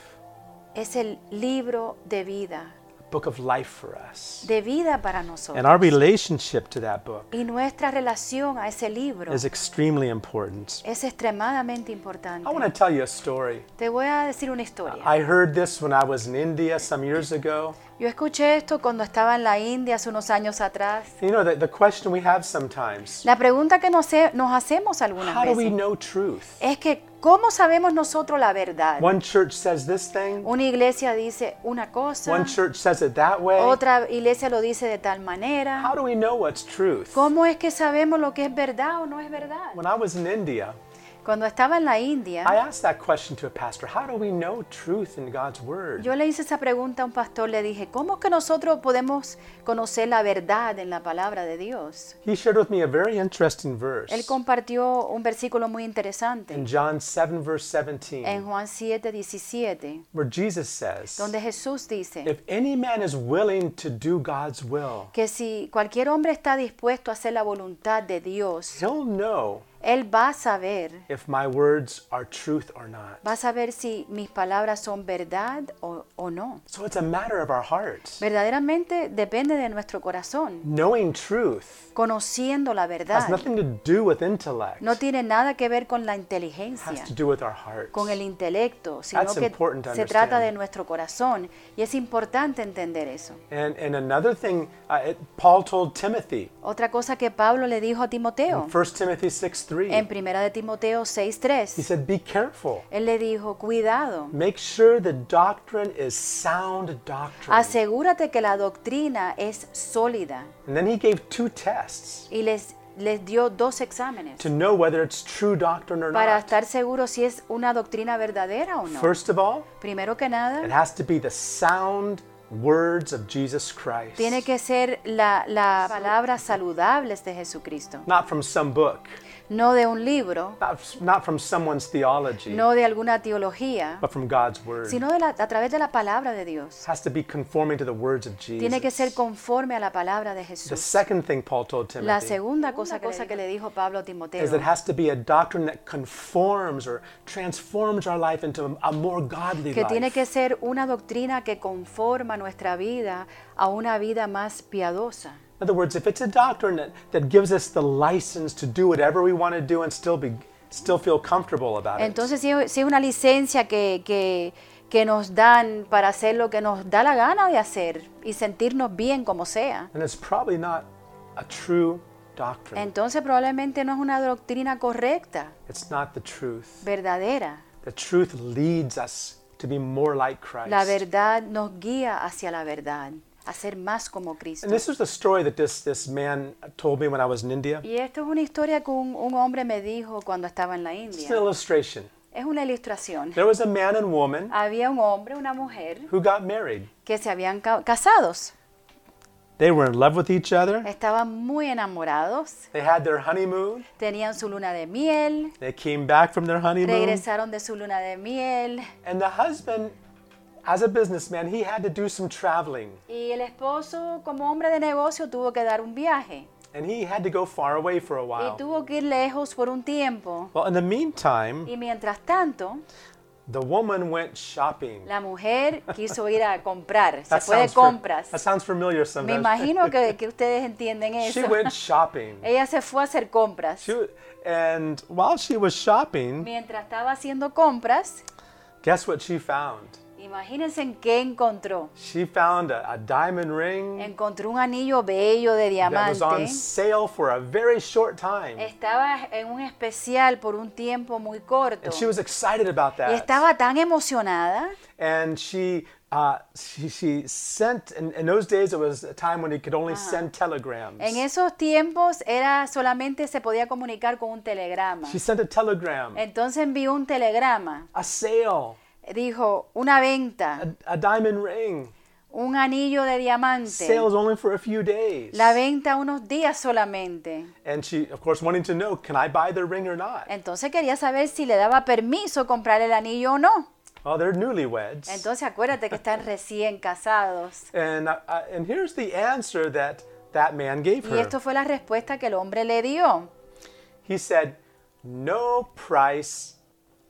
Speaker 2: es el libro de vida,
Speaker 1: a book of life for us.
Speaker 2: de vida para
Speaker 1: And our
Speaker 2: nosotros.
Speaker 1: relationship to that book
Speaker 2: Y nuestra relación a ese libro
Speaker 1: is extremely important.
Speaker 2: es extremadamente
Speaker 1: I want to
Speaker 2: importante.
Speaker 1: tell you a story.
Speaker 2: Te voy a decir una historia.
Speaker 1: I heard this when I was in India some years ago.
Speaker 2: Yo escuché esto cuando estaba en la India hace unos años atrás.
Speaker 1: You know, the, the question we have sometimes
Speaker 2: La pregunta que nos, he- nos hacemos algunas
Speaker 1: how do we
Speaker 2: veces
Speaker 1: know truth?
Speaker 2: es que ¿cómo sabemos nosotros la verdad?
Speaker 1: One church says this thing,
Speaker 2: Una iglesia dice una cosa,
Speaker 1: one church says it that way.
Speaker 2: otra iglesia lo dice de tal manera.
Speaker 1: How do we know what's truth?
Speaker 2: ¿Cómo es que sabemos lo que es verdad o no es verdad?
Speaker 1: When I was in India,
Speaker 2: Cuando estaba en la India,
Speaker 1: I asked that question to a pastor How do we know truth in God's Word?
Speaker 2: yo le hice esa pregunta a un pastor, le dije, ¿cómo es que nosotros podemos conocer la verdad en la palabra de Dios?
Speaker 1: He shared with me a very interesting verse
Speaker 2: Él compartió un versículo muy interesante
Speaker 1: in John 7, verse
Speaker 2: en
Speaker 1: 17,
Speaker 2: Juan 7, 17,
Speaker 1: where Jesus says,
Speaker 2: donde Jesús dice,
Speaker 1: If any man is willing to do God's will,
Speaker 2: que si cualquier hombre está dispuesto a hacer la voluntad de Dios,
Speaker 1: he'll know
Speaker 2: él va a saber,
Speaker 1: if my words are truth or not.
Speaker 2: va a saber si mis palabras son verdad o, o no.
Speaker 1: So it's a matter of our heart.
Speaker 2: Verdaderamente depende de nuestro corazón,
Speaker 1: Knowing truth
Speaker 2: conociendo la
Speaker 1: has
Speaker 2: verdad.
Speaker 1: nothing to do with intellect.
Speaker 2: No tiene nada que ver con la
Speaker 1: has
Speaker 2: inteligencia,
Speaker 1: to do with our heart.
Speaker 2: con el intelecto, sino
Speaker 1: That's
Speaker 2: que
Speaker 1: important to
Speaker 2: se trata
Speaker 1: understand.
Speaker 2: de nuestro corazón y es importante entender eso.
Speaker 1: And, and another thing, uh, it, Paul told Timothy
Speaker 2: Otra cosa que Pablo le dijo a
Speaker 1: in
Speaker 2: Timoteo
Speaker 1: 1 Timothy 6
Speaker 2: En
Speaker 1: 6:3.
Speaker 2: primera de Timoteo
Speaker 1: He
Speaker 2: 6:3,
Speaker 1: said, "Be careful.
Speaker 2: él le dijo, cuidado,
Speaker 1: Make sure the doctrine is sound doctrine."
Speaker 2: asegúrate que la doctrina es sólida.
Speaker 1: And then he gave two tests
Speaker 2: Y les, les dio dos exámenes
Speaker 1: to know whether it's true doctrine or
Speaker 2: para
Speaker 1: not.
Speaker 2: estar seguro si es una doctrina verdadera o no.
Speaker 1: First of all,
Speaker 2: Primero que
Speaker 1: it
Speaker 2: nada,
Speaker 1: has to be the sound words of Jesus Christ.
Speaker 2: tiene que ser la, la palabra saludables de Jesucristo,
Speaker 1: Not from some book,
Speaker 2: no de un libro,
Speaker 1: not, not from someone's theology,
Speaker 2: no de alguna teología,
Speaker 1: but from God's word.
Speaker 2: sino de la- a través de la palabra de
Speaker 1: It
Speaker 2: Dios.
Speaker 1: has to be conforming to the words of Jesus.
Speaker 2: Tiene que ser conforme a la palabra de
Speaker 1: the
Speaker 2: Jesús.
Speaker 1: second thing Paul told
Speaker 2: La
Speaker 1: Timothy
Speaker 2: segunda cosa, cosa que le dijo Pablo a Timoteo
Speaker 1: is that it has to be a doctrine that conforms or transforms our life into a more godly
Speaker 2: que
Speaker 1: life.
Speaker 2: tiene que ser una doctrina que conforma nuestra vida a una vida más piadosa.
Speaker 1: In other words, if it's a doctrine that, that gives us the license to do whatever we want to do and still be still feel comfortable about it,
Speaker 2: Entonces, si es, si es una licencia que, que- que nos dan para hacer lo que nos da la gana de hacer y sentirnos bien como sea,
Speaker 1: then it's probably not a true doctrine.
Speaker 2: entonces probablemente no es una doctrina correcta,
Speaker 1: it's not the truth.
Speaker 2: verdadera.
Speaker 1: The truth leads us to be more like Christ.
Speaker 2: La verdad nos guía hacia la verdad, a ser más como Cristo.
Speaker 1: and this is the story that this this man told me when I was in India.
Speaker 2: Y esto es una historia que un, un hombre me dijo cuando estaba en la
Speaker 1: It's an
Speaker 2: India.
Speaker 1: illustration.
Speaker 2: Es una ilustración.
Speaker 1: There was a man and woman
Speaker 2: Había un hombre, una mujer,
Speaker 1: who got married.
Speaker 2: que se habían ca- casados.
Speaker 1: They were in love with each other.
Speaker 2: Estaban muy enamorados,
Speaker 1: They had their honeymoon.
Speaker 2: tenían su luna de miel,
Speaker 1: They came back from their honeymoon.
Speaker 2: regresaron de su luna de miel.
Speaker 1: And the husband, as a businessman, he had to do some traveling
Speaker 2: Y el esposo, como hombre de negocio, tuvo que dar un viaje
Speaker 1: and he had to go far away for a while.
Speaker 2: y tuvo que ir lejos por un tiempo.
Speaker 1: Well, in the meantime,
Speaker 2: Y mientras tanto,
Speaker 1: the woman went shopping.
Speaker 2: la mujer quiso ir a comprar, se
Speaker 1: That
Speaker 2: fue de
Speaker 1: sounds, fa-
Speaker 2: compras.
Speaker 1: that sounds familiar
Speaker 2: Me
Speaker 1: sometimes.
Speaker 2: imagino que, que ustedes entienden
Speaker 1: she
Speaker 2: eso.
Speaker 1: went shopping.
Speaker 2: Ella se fue a hacer compras.
Speaker 1: She, wa- and while she was shopping,
Speaker 2: Mientras estaba haciendo compras,
Speaker 1: guess what she found?
Speaker 2: imagínense en qué encontró.
Speaker 1: She found a, a diamond ring
Speaker 2: Encontró un anillo bello de
Speaker 1: that was on
Speaker 2: diamante.
Speaker 1: sale for a very short time.
Speaker 2: Estaba en un especial por un tiempo muy corto.
Speaker 1: And she was excited about
Speaker 2: Y
Speaker 1: that.
Speaker 2: estaba tan emocionada
Speaker 1: and she uh, she, she sent in, in those days it was a time when you could only send telegrams
Speaker 2: En esos tiempos era solamente se podía comunicar con un telegrama.
Speaker 1: she sent a telegram
Speaker 2: Entonces envió un telegrama.
Speaker 1: a sale
Speaker 2: Dijo, una venta,
Speaker 1: a, a diamond ring
Speaker 2: un anillo de diamante.
Speaker 1: sales only for a few days
Speaker 2: La venta unos días solamente.
Speaker 1: and she of course wanting to know can i buy the ring or not
Speaker 2: Entonces quería saber si le daba permiso comprar el anillo o no.
Speaker 1: well they're newlyweds
Speaker 2: Entonces acuérdate que están recién casados.
Speaker 1: and uh, uh, and here's the answer that that man gave
Speaker 2: Y
Speaker 1: her
Speaker 2: esto fue la respuesta que el hombre le dio.
Speaker 1: he said no price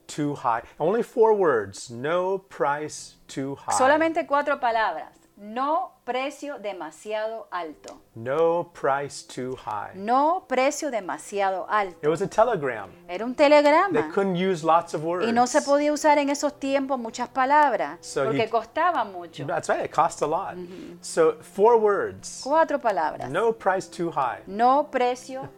Speaker 1: too high only four words no price too high
Speaker 2: Solamente cuatro palabras. No precio demasiado alto.
Speaker 1: no price too high
Speaker 2: No precio demasiado alto.
Speaker 1: It was a telegram.
Speaker 2: Era un
Speaker 1: They
Speaker 2: telegrama
Speaker 1: couldn't use lots of words.
Speaker 2: Uh-huh. y no se podía usar en esos tiempos muchas palabras
Speaker 1: So
Speaker 2: porque
Speaker 1: he-
Speaker 2: costaba mucho.
Speaker 1: That's right, it cost a lot.
Speaker 2: Mm-hmm.
Speaker 1: So, four words.
Speaker 2: Cuatro palabras.
Speaker 1: No price too high.
Speaker 2: No precio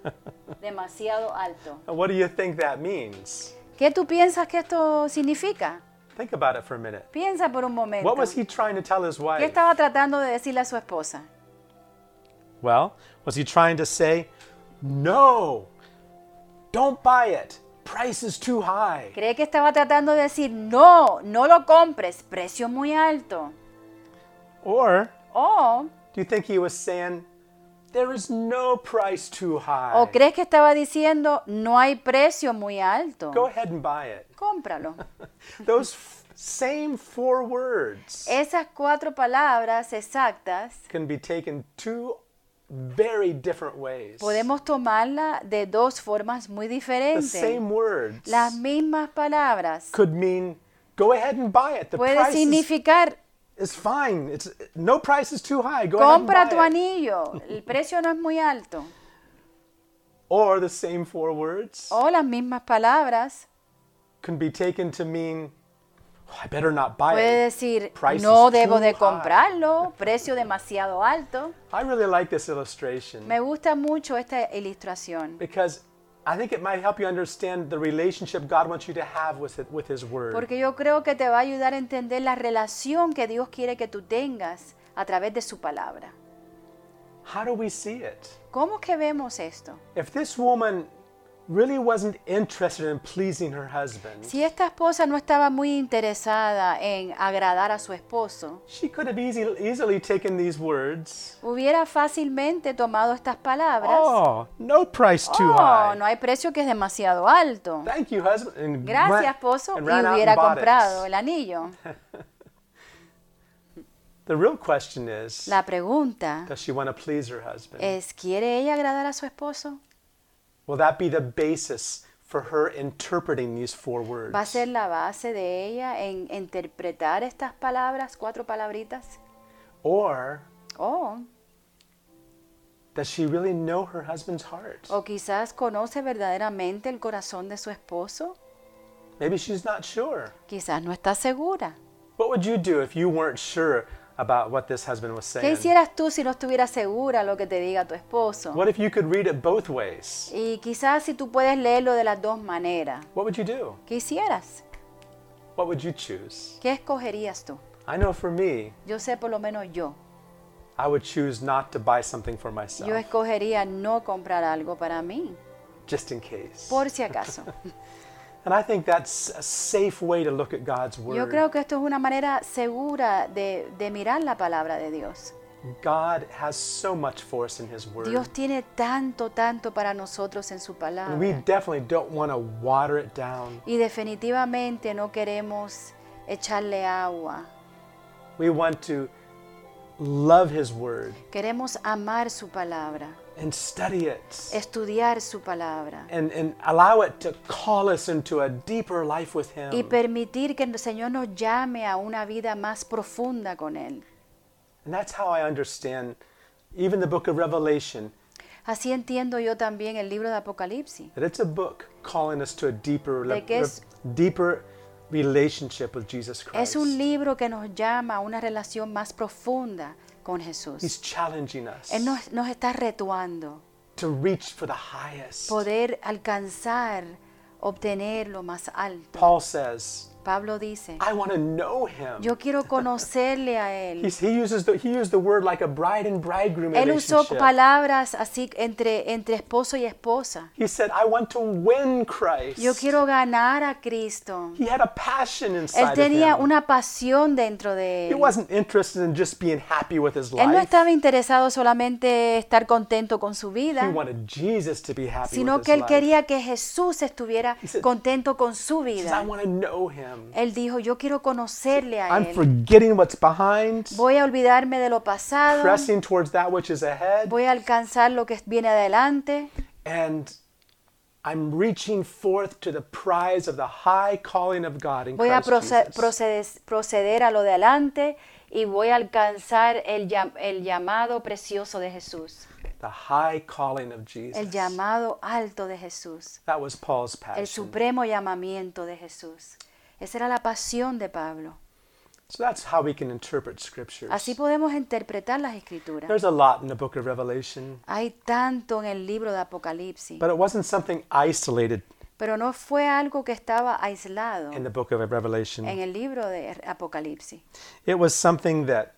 Speaker 2: demasiado alto.
Speaker 1: Now, what do you think that means?
Speaker 2: ¿Qué tú piensas que esto significa?
Speaker 1: Think about it for a minute.
Speaker 2: Piensa por un momento.
Speaker 1: What was he trying to tell his
Speaker 2: ¿Qué
Speaker 1: wife?
Speaker 2: estaba tratando de decirle a su esposa?
Speaker 1: Well, was he trying to say, no, don't buy it. Price is too high.
Speaker 2: ¿Cree que estaba tratando de decir, no, no lo compres, precio muy alto?
Speaker 1: Or
Speaker 2: O
Speaker 1: do you think he was saying, there is no price too high?
Speaker 2: ¿O crees que estaba diciendo no hay precio muy alto?
Speaker 1: Go ahead and buy it.
Speaker 2: Cómpralo.
Speaker 1: Those f- same four words.
Speaker 2: Esas cuatro palabras exactas
Speaker 1: can be taken two very different ways.
Speaker 2: podemos tomarla de dos formas muy
Speaker 1: the
Speaker 2: diferentes.
Speaker 1: same words
Speaker 2: Las mismas palabras
Speaker 1: could mean go ahead and buy it. The
Speaker 2: puede
Speaker 1: price is,
Speaker 2: significar
Speaker 1: is fine. It's no price is too high. Go
Speaker 2: compra
Speaker 1: ahead
Speaker 2: tu
Speaker 1: and buy it.
Speaker 2: anillo, el precio no es muy alto.
Speaker 1: Or the same four words
Speaker 2: O las mismas palabras
Speaker 1: can be taken to mean "Oh, I better not buy
Speaker 2: puede
Speaker 1: it.
Speaker 2: decir
Speaker 1: Price is
Speaker 2: no
Speaker 1: too
Speaker 2: debo de
Speaker 1: high."
Speaker 2: comprarlo, precio demasiado alto.
Speaker 1: I really like this illustration
Speaker 2: Me gusta mucho esta ilustración
Speaker 1: because I think it might help you understand the relationship God wants you to have with, it, with His Word.
Speaker 2: Porque yo creo que te va a ayudar a entender la relación que Dios quiere que tú tengas a través de su palabra.
Speaker 1: How do we see it?
Speaker 2: ¿Cómo es que vemos esto?
Speaker 1: If this woman really wasn't interested in pleasing her husband,
Speaker 2: Si esta esposa no estaba muy interesada en agradar a su esposo,
Speaker 1: she could have easy, easily taken these words.
Speaker 2: hubiera fácilmente tomado estas palabras.
Speaker 1: Oh, no price too
Speaker 2: Oh,
Speaker 1: high.
Speaker 2: no hay precio que es demasiado alto.
Speaker 1: Thank you, husband. And ran-
Speaker 2: Gracias, esposo, y
Speaker 1: and ran out
Speaker 2: hubiera
Speaker 1: and bought it.
Speaker 2: comprado el anillo.
Speaker 1: The real question is,
Speaker 2: La pregunta
Speaker 1: does she want to please her husband?
Speaker 2: es, ¿quiere ella agradar a su esposo?
Speaker 1: Will that be the basis for her interpreting these four words?
Speaker 2: ¿Va a ser la base de ella en interpretar estas palabras, cuatro palabritas?
Speaker 1: Or
Speaker 2: Oh,
Speaker 1: does she really know her husband's heart?
Speaker 2: o quizás conoce verdaderamente el corazón de su esposo.
Speaker 1: Maybe she's not sure.
Speaker 2: Quizás no está segura.
Speaker 1: What would you do if you weren't sure about what this husband was
Speaker 2: ¿Qué
Speaker 1: saying?
Speaker 2: hicieras tú si no estuvieras segura lo que te diga tu esposo?
Speaker 1: What if you could read it both ways?
Speaker 2: Y quizás si tú puedes leerlo de las dos maneras,
Speaker 1: What would you do?
Speaker 2: ¿qué hicieras?
Speaker 1: What would you choose?
Speaker 2: ¿Qué escogerías tú?
Speaker 1: I know for me,
Speaker 2: Yo sé por lo menos yo.
Speaker 1: I would choose not to buy something for
Speaker 2: Yo
Speaker 1: myself,
Speaker 2: escogería no comprar algo para mí,
Speaker 1: just in case.
Speaker 2: por si acaso.
Speaker 1: And I think that's a safe way to look at God's
Speaker 2: Yo
Speaker 1: Word.
Speaker 2: creo que esto es una manera segura de, de mirar la palabra de Dios.
Speaker 1: God has so much for us in His Word.
Speaker 2: Dios tiene tanto, tanto para nosotros en su
Speaker 1: And we
Speaker 2: palabra.
Speaker 1: definitely don't want to water it down.
Speaker 2: Y definitivamente no queremos echarle agua.
Speaker 1: We want to love His Word
Speaker 2: Queremos amar su palabra,
Speaker 1: and study it
Speaker 2: estudiar su palabra
Speaker 1: and, and allow it to call us into a deeper life with
Speaker 2: y
Speaker 1: Him.
Speaker 2: permitir que el Señor nos llame a una vida más profunda con Él.
Speaker 1: And that's how I understand even the book of Revelation,
Speaker 2: Así entiendo yo también el libro de Apocalipsis.
Speaker 1: that it's a book calling us to a deeper,
Speaker 2: De que es-
Speaker 1: deeper relationship with Jesus Christ.
Speaker 2: Es un libro que nos llama a una relación más profunda con
Speaker 1: He's
Speaker 2: Jesús.
Speaker 1: challenging us
Speaker 2: Él nos, nos está retuando
Speaker 1: to reach for the highest.
Speaker 2: poder alcanzar, obtener lo más alto.
Speaker 1: Paul says,
Speaker 2: Pablo dice,
Speaker 1: I want to know Him.
Speaker 2: yo quiero conocerle a Él.
Speaker 1: He's, he uses the he used the word like a bride and bridegroom
Speaker 2: Él usó
Speaker 1: relationship.
Speaker 2: palabras así entre, entre esposo y esposa.
Speaker 1: He said, "I want to win Christ."
Speaker 2: Yo quiero ganar a Cristo.
Speaker 1: He had a passion
Speaker 2: Él
Speaker 1: inside
Speaker 2: tenía
Speaker 1: of him.
Speaker 2: una pasión dentro de
Speaker 1: He
Speaker 2: él.
Speaker 1: wasn't interested in just being happy with his
Speaker 2: Él no
Speaker 1: life.
Speaker 2: estaba interesado solamente estar contento con su
Speaker 1: he
Speaker 2: vida,
Speaker 1: wanted Jesus to be happy
Speaker 2: sino
Speaker 1: with
Speaker 2: que
Speaker 1: his
Speaker 2: él
Speaker 1: life.
Speaker 2: quería que Jesús estuviera
Speaker 1: He said-
Speaker 2: contento con su
Speaker 1: He says, "I
Speaker 2: vida.
Speaker 1: want to know Him.
Speaker 2: Él dijo, yo quiero conocerle a
Speaker 1: I'm
Speaker 2: Él.
Speaker 1: forgetting what's behind,
Speaker 2: Voy a olvidarme de lo pasado,
Speaker 1: pressing towards that which is ahead,
Speaker 2: voy a alcanzar lo que viene adelante
Speaker 1: and I'm reaching forth to the prize of the high calling of God in
Speaker 2: voy a
Speaker 1: Christ
Speaker 2: proce-
Speaker 1: Jesus."
Speaker 2: procedes- proceder a lo de adelante y voy a alcanzar el, llam- el llamado precioso de Jesús,
Speaker 1: The high calling of Jesus.
Speaker 2: el llamado alto de Jesús,
Speaker 1: That was Paul's
Speaker 2: el
Speaker 1: passion.
Speaker 2: supremo llamamiento de Jesús. Esa era la pasión de Pablo.
Speaker 1: So that's how we can interpret scriptures.
Speaker 2: Así podemos interpretar las escrituras.
Speaker 1: There's a lot in the book of Revelation,
Speaker 2: Hay tanto en el libro de Apocalipsis,
Speaker 1: but it wasn't something isolated
Speaker 2: pero no fue algo que estaba aislado
Speaker 1: in the book of
Speaker 2: en
Speaker 1: Revelation.
Speaker 2: el libro de Apocalipsis.
Speaker 1: It was something that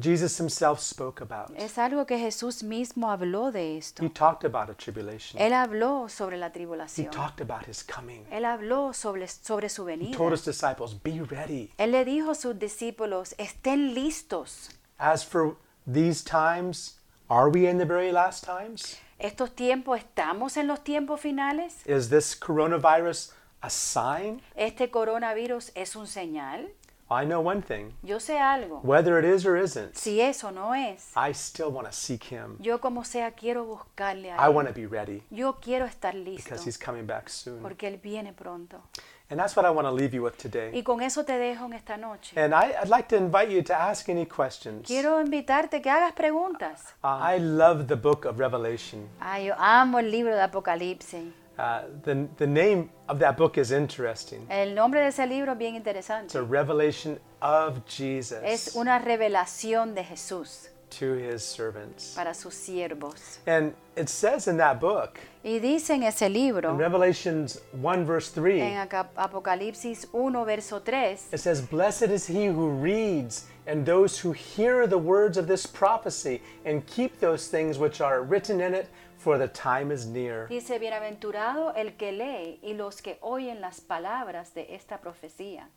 Speaker 1: Jesus himself spoke about.
Speaker 2: Es algo que Jesús mismo habló de esto.
Speaker 1: He talked about a tribulation.
Speaker 2: Él habló sobre la
Speaker 1: He
Speaker 2: tribulación.
Speaker 1: talked about his coming.
Speaker 2: Él habló sobre, sobre su
Speaker 1: He
Speaker 2: venida.
Speaker 1: told his disciples, "Be ready.
Speaker 2: Él le dijo a sus discípulos, estén listos.
Speaker 1: As for these times, are we in the very last times?
Speaker 2: Estos tiempos, ¿estamos en los tiempos finales?
Speaker 1: Is this coronavirus a sign?"
Speaker 2: ¿Este coronavirus es un señal?
Speaker 1: I know one thing.
Speaker 2: Yo sé algo.
Speaker 1: Whether it is or isn't,
Speaker 2: Si eso no es,
Speaker 1: I still want to seek him.
Speaker 2: yo como sea quiero buscarle a
Speaker 1: I
Speaker 2: Él.
Speaker 1: want to be ready.
Speaker 2: Yo quiero estar listo
Speaker 1: because he's coming back soon.
Speaker 2: porque Él viene pronto.
Speaker 1: And that's what I want to leave you with today.
Speaker 2: Y con eso te dejo en esta noche.
Speaker 1: And I, I'd like to invite you to ask any questions. Uh,
Speaker 2: Quiero invitarte que hagas preguntas.
Speaker 1: I love the book of Revelation.
Speaker 2: Ay, yo amo el libro de Apocalipsis.
Speaker 1: Uh, the, the name of that book is interesting.
Speaker 2: El nombre de ese libro es bien
Speaker 1: It's a
Speaker 2: interesante.
Speaker 1: revelation of
Speaker 2: Es
Speaker 1: Jesus.
Speaker 2: una revelación de Jesús.
Speaker 1: to his servants.
Speaker 2: para sus siervos.
Speaker 1: And it says in that book,
Speaker 2: Y dice en ese
Speaker 1: in
Speaker 2: libro,
Speaker 1: Revelations 1, verse
Speaker 2: en
Speaker 1: 3,
Speaker 2: Aca- Apocalipsis 1, verso 3,
Speaker 1: it says, Blessed is he who reads and those who hear the words of this prophecy and keep those things which are written in it, for the time is near.
Speaker 2: dice, bienaventurado el que lee y los que oyen las palabras de esta profecía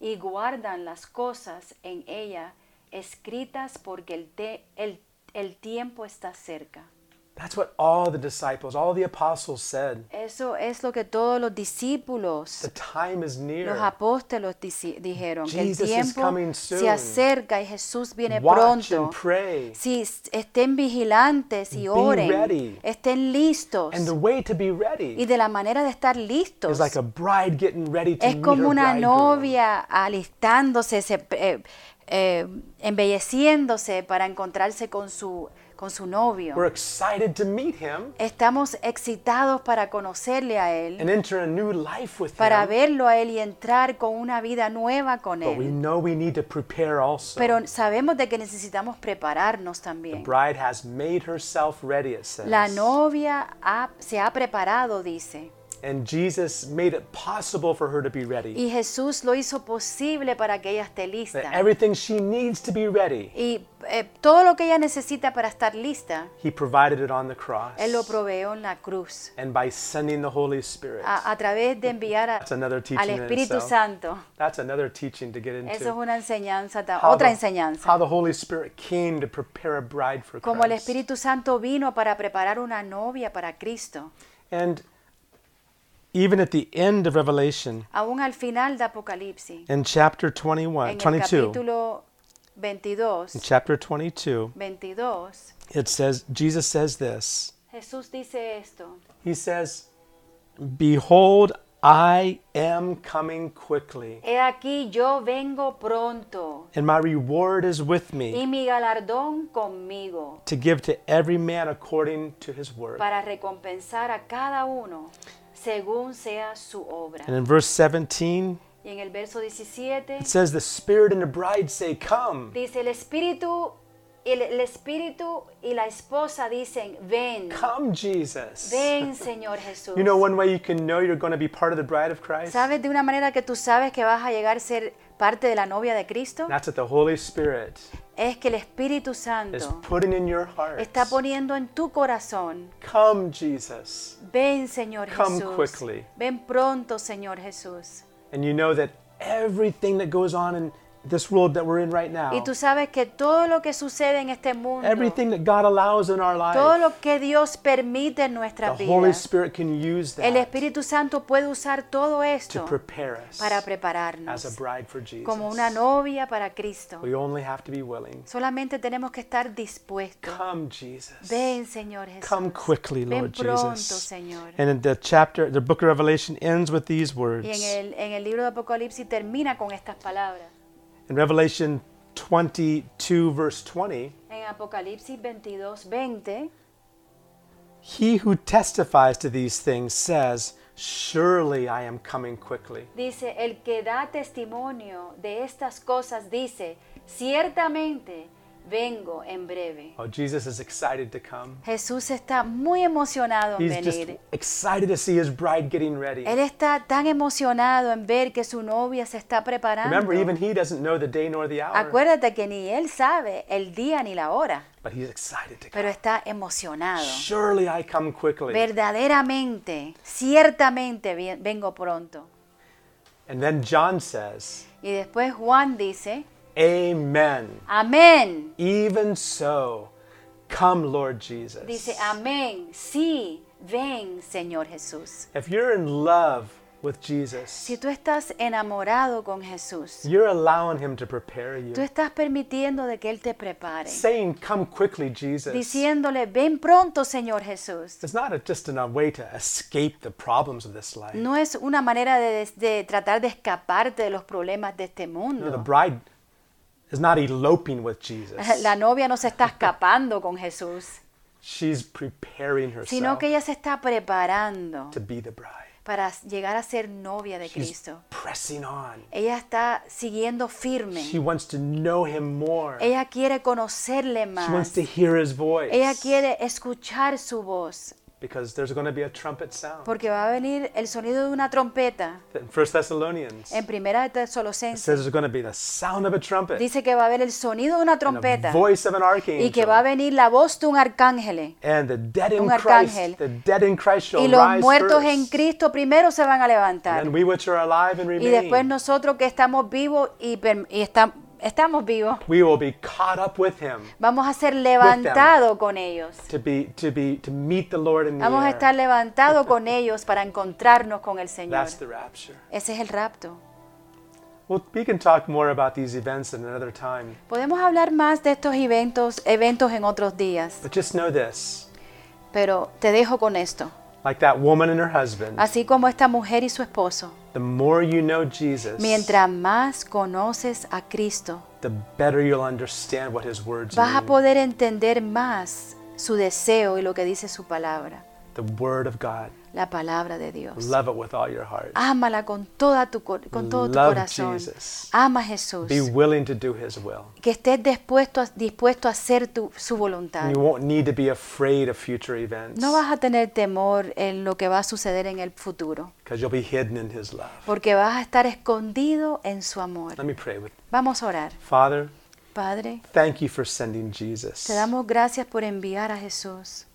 Speaker 2: y guardan las cosas en ella escritas porque el, te- el- el tiempo está cerca.
Speaker 1: That's what all the disciples, all the apostles said.
Speaker 2: Eso es lo que todos los
Speaker 1: The
Speaker 2: discípulos,
Speaker 1: time is
Speaker 2: los
Speaker 1: near.
Speaker 2: apóstoles dici- dijeron, que el
Speaker 1: Jesus is
Speaker 2: tiempo
Speaker 1: coming soon.
Speaker 2: se acerca y Jesús viene
Speaker 1: Watch
Speaker 2: pronto.
Speaker 1: and pray.
Speaker 2: Si s- estén vigilantes
Speaker 1: Be
Speaker 2: y oren,
Speaker 1: ready.
Speaker 2: estén listos.
Speaker 1: And the way to be
Speaker 2: Y
Speaker 1: ready
Speaker 2: de la manera de estar listos
Speaker 1: is like a bride getting ready to
Speaker 2: es
Speaker 1: meet her
Speaker 2: como una
Speaker 1: bridegroom.
Speaker 2: novia alistándose, se- eh, eh, embelleciéndose para encontrarse con su, con su novio.
Speaker 1: We're excited to meet him
Speaker 2: Estamos excitados para conocerle a él,
Speaker 1: and enter a new life with
Speaker 2: para
Speaker 1: him.
Speaker 2: verlo a él y entrar con una vida nueva con
Speaker 1: But we
Speaker 2: él.
Speaker 1: know we need to prepare also.
Speaker 2: Pero sabemos de que necesitamos prepararnos
Speaker 1: The
Speaker 2: también.
Speaker 1: bride has made herself ready, it says.
Speaker 2: La novia ha- se ha preparado, dice.
Speaker 1: And Jesus made it possible for her to be ready.
Speaker 2: Y Jesús lo hizo posible para que ella esté
Speaker 1: That
Speaker 2: lista.
Speaker 1: everything she needs to be ready,
Speaker 2: Y eh, todo lo que ella necesita para estar lista,
Speaker 1: he provided it on the cross.
Speaker 2: Él lo proveó en la cruz,
Speaker 1: And by sending the Holy Spirit.
Speaker 2: a, a través de enviar a-
Speaker 1: That's another teaching
Speaker 2: al
Speaker 1: in
Speaker 2: Espíritu
Speaker 1: itself.
Speaker 2: Santo.
Speaker 1: That's another teaching to get into.
Speaker 2: Eso es una enseñanza, ta-
Speaker 1: How
Speaker 2: otra
Speaker 1: the-
Speaker 2: enseñanza.
Speaker 1: How the Holy Spirit came to prepare a bride for
Speaker 2: Como el
Speaker 1: Christ.
Speaker 2: Espíritu Santo vino para preparar una novia para Cristo.
Speaker 1: And even at the end of Revelation,
Speaker 2: Aún al final de Apocalipsis,
Speaker 1: in chapter 21,
Speaker 2: en el
Speaker 1: 22,
Speaker 2: capítulo 22,
Speaker 1: in chapter 22,
Speaker 2: 22,
Speaker 1: it says, Jesus says this.
Speaker 2: Jesús dice esto.
Speaker 1: He says, Behold, I am coming quickly,
Speaker 2: He aquí yo vengo pronto
Speaker 1: and my reward is with
Speaker 2: y
Speaker 1: me
Speaker 2: mi galardón conmigo
Speaker 1: to give to every man according to his work.
Speaker 2: para recompensar a cada uno según sea su obra.
Speaker 1: And in verse 17,
Speaker 2: Y en el verso 17
Speaker 1: it says, The Spirit and the bride say, Come.
Speaker 2: dice, el espíritu, el, el espíritu y la esposa dicen, ven,
Speaker 1: Come, Jesus.
Speaker 2: ven Señor Jesús.
Speaker 1: You know, one way you can know you're going to be part of the bride of Christ?
Speaker 2: ¿Sabes de una manera que tú sabes que vas a llegar a ser parte de la novia de Cristo?
Speaker 1: That's what the Holy Spirit
Speaker 2: Es que el Espíritu
Speaker 1: is
Speaker 2: Santo
Speaker 1: putting in your heart.
Speaker 2: está poniendo en tu corazón,
Speaker 1: Come, Jesus.
Speaker 2: ven Señor
Speaker 1: Come
Speaker 2: Jesús,
Speaker 1: quickly.
Speaker 2: ven pronto Señor Jesús.
Speaker 1: And you know that everything that goes on in this world that we're in right now,
Speaker 2: Y tú sabes que todo lo que sucede en este mundo,
Speaker 1: everything that God allows in our life,
Speaker 2: todo lo que Dios permite en
Speaker 1: the
Speaker 2: nuestras
Speaker 1: Holy
Speaker 2: vidas,
Speaker 1: Spirit can use
Speaker 2: el
Speaker 1: that
Speaker 2: Espíritu Santo puede usar todo
Speaker 1: to
Speaker 2: esto
Speaker 1: prepare us
Speaker 2: para
Speaker 1: as a
Speaker 2: prepararnos
Speaker 1: bride for Jesus.
Speaker 2: como una novia para Cristo.
Speaker 1: We only have to be willing.
Speaker 2: Solamente tenemos que estar dispuestos.
Speaker 1: Come, Jesus.
Speaker 2: Ven, Señor Jesús.
Speaker 1: Come quickly,
Speaker 2: Ven
Speaker 1: Lord
Speaker 2: pronto,
Speaker 1: Jesus.
Speaker 2: Señor.
Speaker 1: And in the chapter, the book of Revelation ends with these words.
Speaker 2: Y en el, en el libro de Apocalipsis termina con estas palabras.
Speaker 1: In Revelation 22, verse 20,
Speaker 2: En Apocalipsis 22, 20,
Speaker 1: he who testifies to these things says, Surely I am coming quickly.
Speaker 2: dice, el que da testimonio de estas cosas dice, ciertamente vengo en breve.
Speaker 1: Oh, Jesus is excited to come.
Speaker 2: Jesús está muy emocionado en
Speaker 1: He's just
Speaker 2: venir.
Speaker 1: excited to see his bride getting ready.
Speaker 2: Él está tan emocionado en ver que su novia se está preparando.
Speaker 1: Remember, even he doesn't know the day nor the hour,
Speaker 2: Acuérdate que ni él sabe el día ni la hora,
Speaker 1: but he's excited to
Speaker 2: pero
Speaker 1: come.
Speaker 2: está emocionado.
Speaker 1: Surely I come quickly.
Speaker 2: Verdaderamente, ciertamente vi- vengo pronto.
Speaker 1: And then John says,
Speaker 2: Y después Juan dice,
Speaker 1: Amen.
Speaker 2: amén.
Speaker 1: Even so, come, Lord Jesus.
Speaker 2: Dice, amén. Sí, ven, Señor Jesús.
Speaker 1: If you're in love with Jesus,
Speaker 2: Si tú estás enamorado con Jesús,
Speaker 1: You're allowing him to prepare
Speaker 2: tú
Speaker 1: you.
Speaker 2: estás permitiendo de que Él te prepare,
Speaker 1: Saying, Come quickly, Jesus.
Speaker 2: diciéndole, ven pronto, Señor Jesús.
Speaker 1: It's not a, just a way to escape the problems of this life.
Speaker 2: No es una manera de, des- de tratar de escaparte de los problemas de este
Speaker 1: No, the
Speaker 2: mundo.
Speaker 1: bride is not eloping with Jesus.
Speaker 2: La novia no se está escapando con Jesús,
Speaker 1: She's preparing
Speaker 2: sino
Speaker 1: herself
Speaker 2: que ella se está preparando
Speaker 1: to be the bride.
Speaker 2: para llegar a ser novia de
Speaker 1: She's
Speaker 2: Cristo.
Speaker 1: pressing on.
Speaker 2: Ella está siguiendo firme.
Speaker 1: She wants to know him more. She
Speaker 2: Ella quiere conocerle
Speaker 1: wants
Speaker 2: más.
Speaker 1: to hear his voice.
Speaker 2: Ella quiere escuchar su voz,
Speaker 1: Because there's going to be a trumpet sound.
Speaker 2: porque va a venir el sonido de una trompeta.
Speaker 1: In 1 Thessalonians,
Speaker 2: En primera de
Speaker 1: it
Speaker 2: Tesalonicenses
Speaker 1: says there's going to be the sound of a trumpet,
Speaker 2: dice que va a haber el sonido de una
Speaker 1: and the
Speaker 2: trompeta
Speaker 1: voice of an archangel,
Speaker 2: y que va a venir la voz de un arcángel.
Speaker 1: and the dead in
Speaker 2: un
Speaker 1: Christ,
Speaker 2: arcángel.
Speaker 1: the dead in Christ shall
Speaker 2: Y los
Speaker 1: rise
Speaker 2: muertos
Speaker 1: first,
Speaker 2: en Cristo primero se van a levantar.
Speaker 1: and we which are alive and
Speaker 2: Y
Speaker 1: remain,
Speaker 2: después nosotros que estamos vivos y, per- y estam- estamos vivos,
Speaker 1: we will be caught up with him
Speaker 2: vamos a ser
Speaker 1: Pues
Speaker 2: levantados con ellos.
Speaker 1: to be to be to meet the Lord in the
Speaker 2: Vamos a
Speaker 1: air.
Speaker 2: estar levantados con ellos para encontrarnos con el Señor.
Speaker 1: That's the rapture.
Speaker 2: Ese es el rapto.
Speaker 1: Well, we can talk more about these events at another time,
Speaker 2: Podemos hablar más de estos eventos, eventos en otros días,
Speaker 1: but just know this:
Speaker 2: pero te dejo con esto.
Speaker 1: like that woman and her husband,
Speaker 2: Así como esta mujer y su esposo,
Speaker 1: the more you know Jesus,
Speaker 2: mientras más conoces a Cristo,
Speaker 1: the better you'll understand what His words
Speaker 2: vas a
Speaker 1: mean.
Speaker 2: poder entender más su deseo y lo que dice su palabra,
Speaker 1: The Word of God.
Speaker 2: la palabra de Dios.
Speaker 1: Love it with all your heart.
Speaker 2: Ah, Ámala con, toda tu, cor- con todo tu
Speaker 1: Love
Speaker 2: corazón.
Speaker 1: Jesus.
Speaker 2: Ama a Jesús.
Speaker 1: Be willing to do His will.
Speaker 2: Que estés dispuesto a, dispuesto a hacer tu- su voluntad.
Speaker 1: And you won't need to be afraid of future events
Speaker 2: No vas a tener temor en lo que va a suceder en el futuro,
Speaker 1: because you'll be hidden in His love.
Speaker 2: porque vas a estar escondido en su amor.
Speaker 1: Let me pray with you.
Speaker 2: Vamos a orar.
Speaker 1: Father,
Speaker 2: Padre,
Speaker 1: thank you for sending Jesus.
Speaker 2: te damos gracias por enviar a Jesús.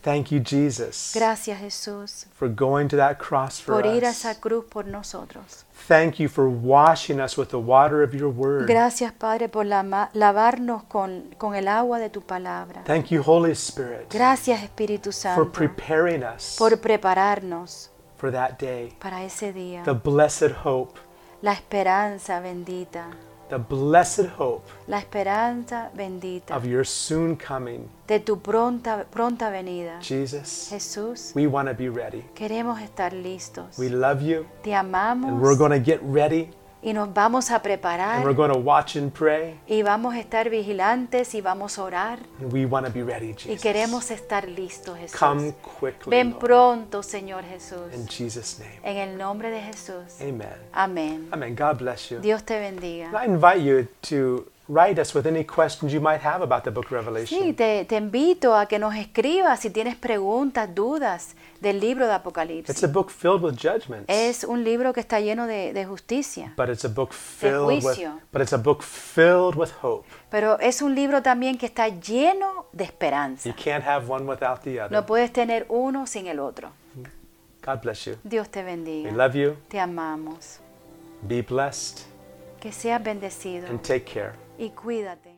Speaker 1: Thank you, Jesus,
Speaker 2: Gracias Jesús
Speaker 1: for going to that cross for
Speaker 2: por ir a
Speaker 1: us.
Speaker 2: esa cruz por nosotros.
Speaker 1: Thank you for washing us with the water of your word.
Speaker 2: Gracias Padre por lama- lavarnos con, con el agua de tu palabra.
Speaker 1: Thank you, Holy Spirit,
Speaker 2: Gracias Espíritu
Speaker 1: for
Speaker 2: Santo
Speaker 1: preparing us
Speaker 2: por prepararnos
Speaker 1: for that day.
Speaker 2: para ese día.
Speaker 1: The blessed hope,
Speaker 2: La esperanza bendita,
Speaker 1: the blessed hope
Speaker 2: la esperanza bendita
Speaker 1: of your soon coming.
Speaker 2: de tu pronta, pronta venida.
Speaker 1: Jesus,
Speaker 2: Jesús,
Speaker 1: we want to be ready.
Speaker 2: queremos estar listos.
Speaker 1: We love you,
Speaker 2: Te
Speaker 1: and we're
Speaker 2: amamos
Speaker 1: going to get ready,
Speaker 2: y nos vamos a
Speaker 1: and we're
Speaker 2: preparar
Speaker 1: going to watch and pray,
Speaker 2: y vamos a estar vigilantes y vamos a orar
Speaker 1: and we want to be ready,
Speaker 2: y
Speaker 1: Jesus.
Speaker 2: queremos estar listos, Jesús.
Speaker 1: Come quickly,
Speaker 2: Ven
Speaker 1: Lord,
Speaker 2: pronto, Señor Jesús.
Speaker 1: in Jesus' name.
Speaker 2: En el nombre de Jesús.
Speaker 1: Amen.
Speaker 2: Amén.
Speaker 1: Amen. God bless you.
Speaker 2: Dios te
Speaker 1: And
Speaker 2: bendiga.
Speaker 1: I invite you to write us with any questions you might have about the book of
Speaker 2: Sí,
Speaker 1: Revelation.
Speaker 2: te, te invito a que nos escribas si tienes preguntas, dudas del libro de
Speaker 1: It's
Speaker 2: Apocalipsis.
Speaker 1: a book filled with judgments,
Speaker 2: Es un libro que está lleno de, de justicia,
Speaker 1: but it's a book filled with
Speaker 2: juicio.
Speaker 1: but it's a book filled with hope.
Speaker 2: pero es un libro también que está lleno de
Speaker 1: You
Speaker 2: esperanza.
Speaker 1: can't have one without the other.
Speaker 2: No puedes tener uno sin el otro.
Speaker 1: God bless you.
Speaker 2: Dios te
Speaker 1: We
Speaker 2: bendiga.
Speaker 1: love you.
Speaker 2: Te amamos.
Speaker 1: Be blessed
Speaker 2: Que seas bendecido
Speaker 1: and take care.
Speaker 2: y cuídate.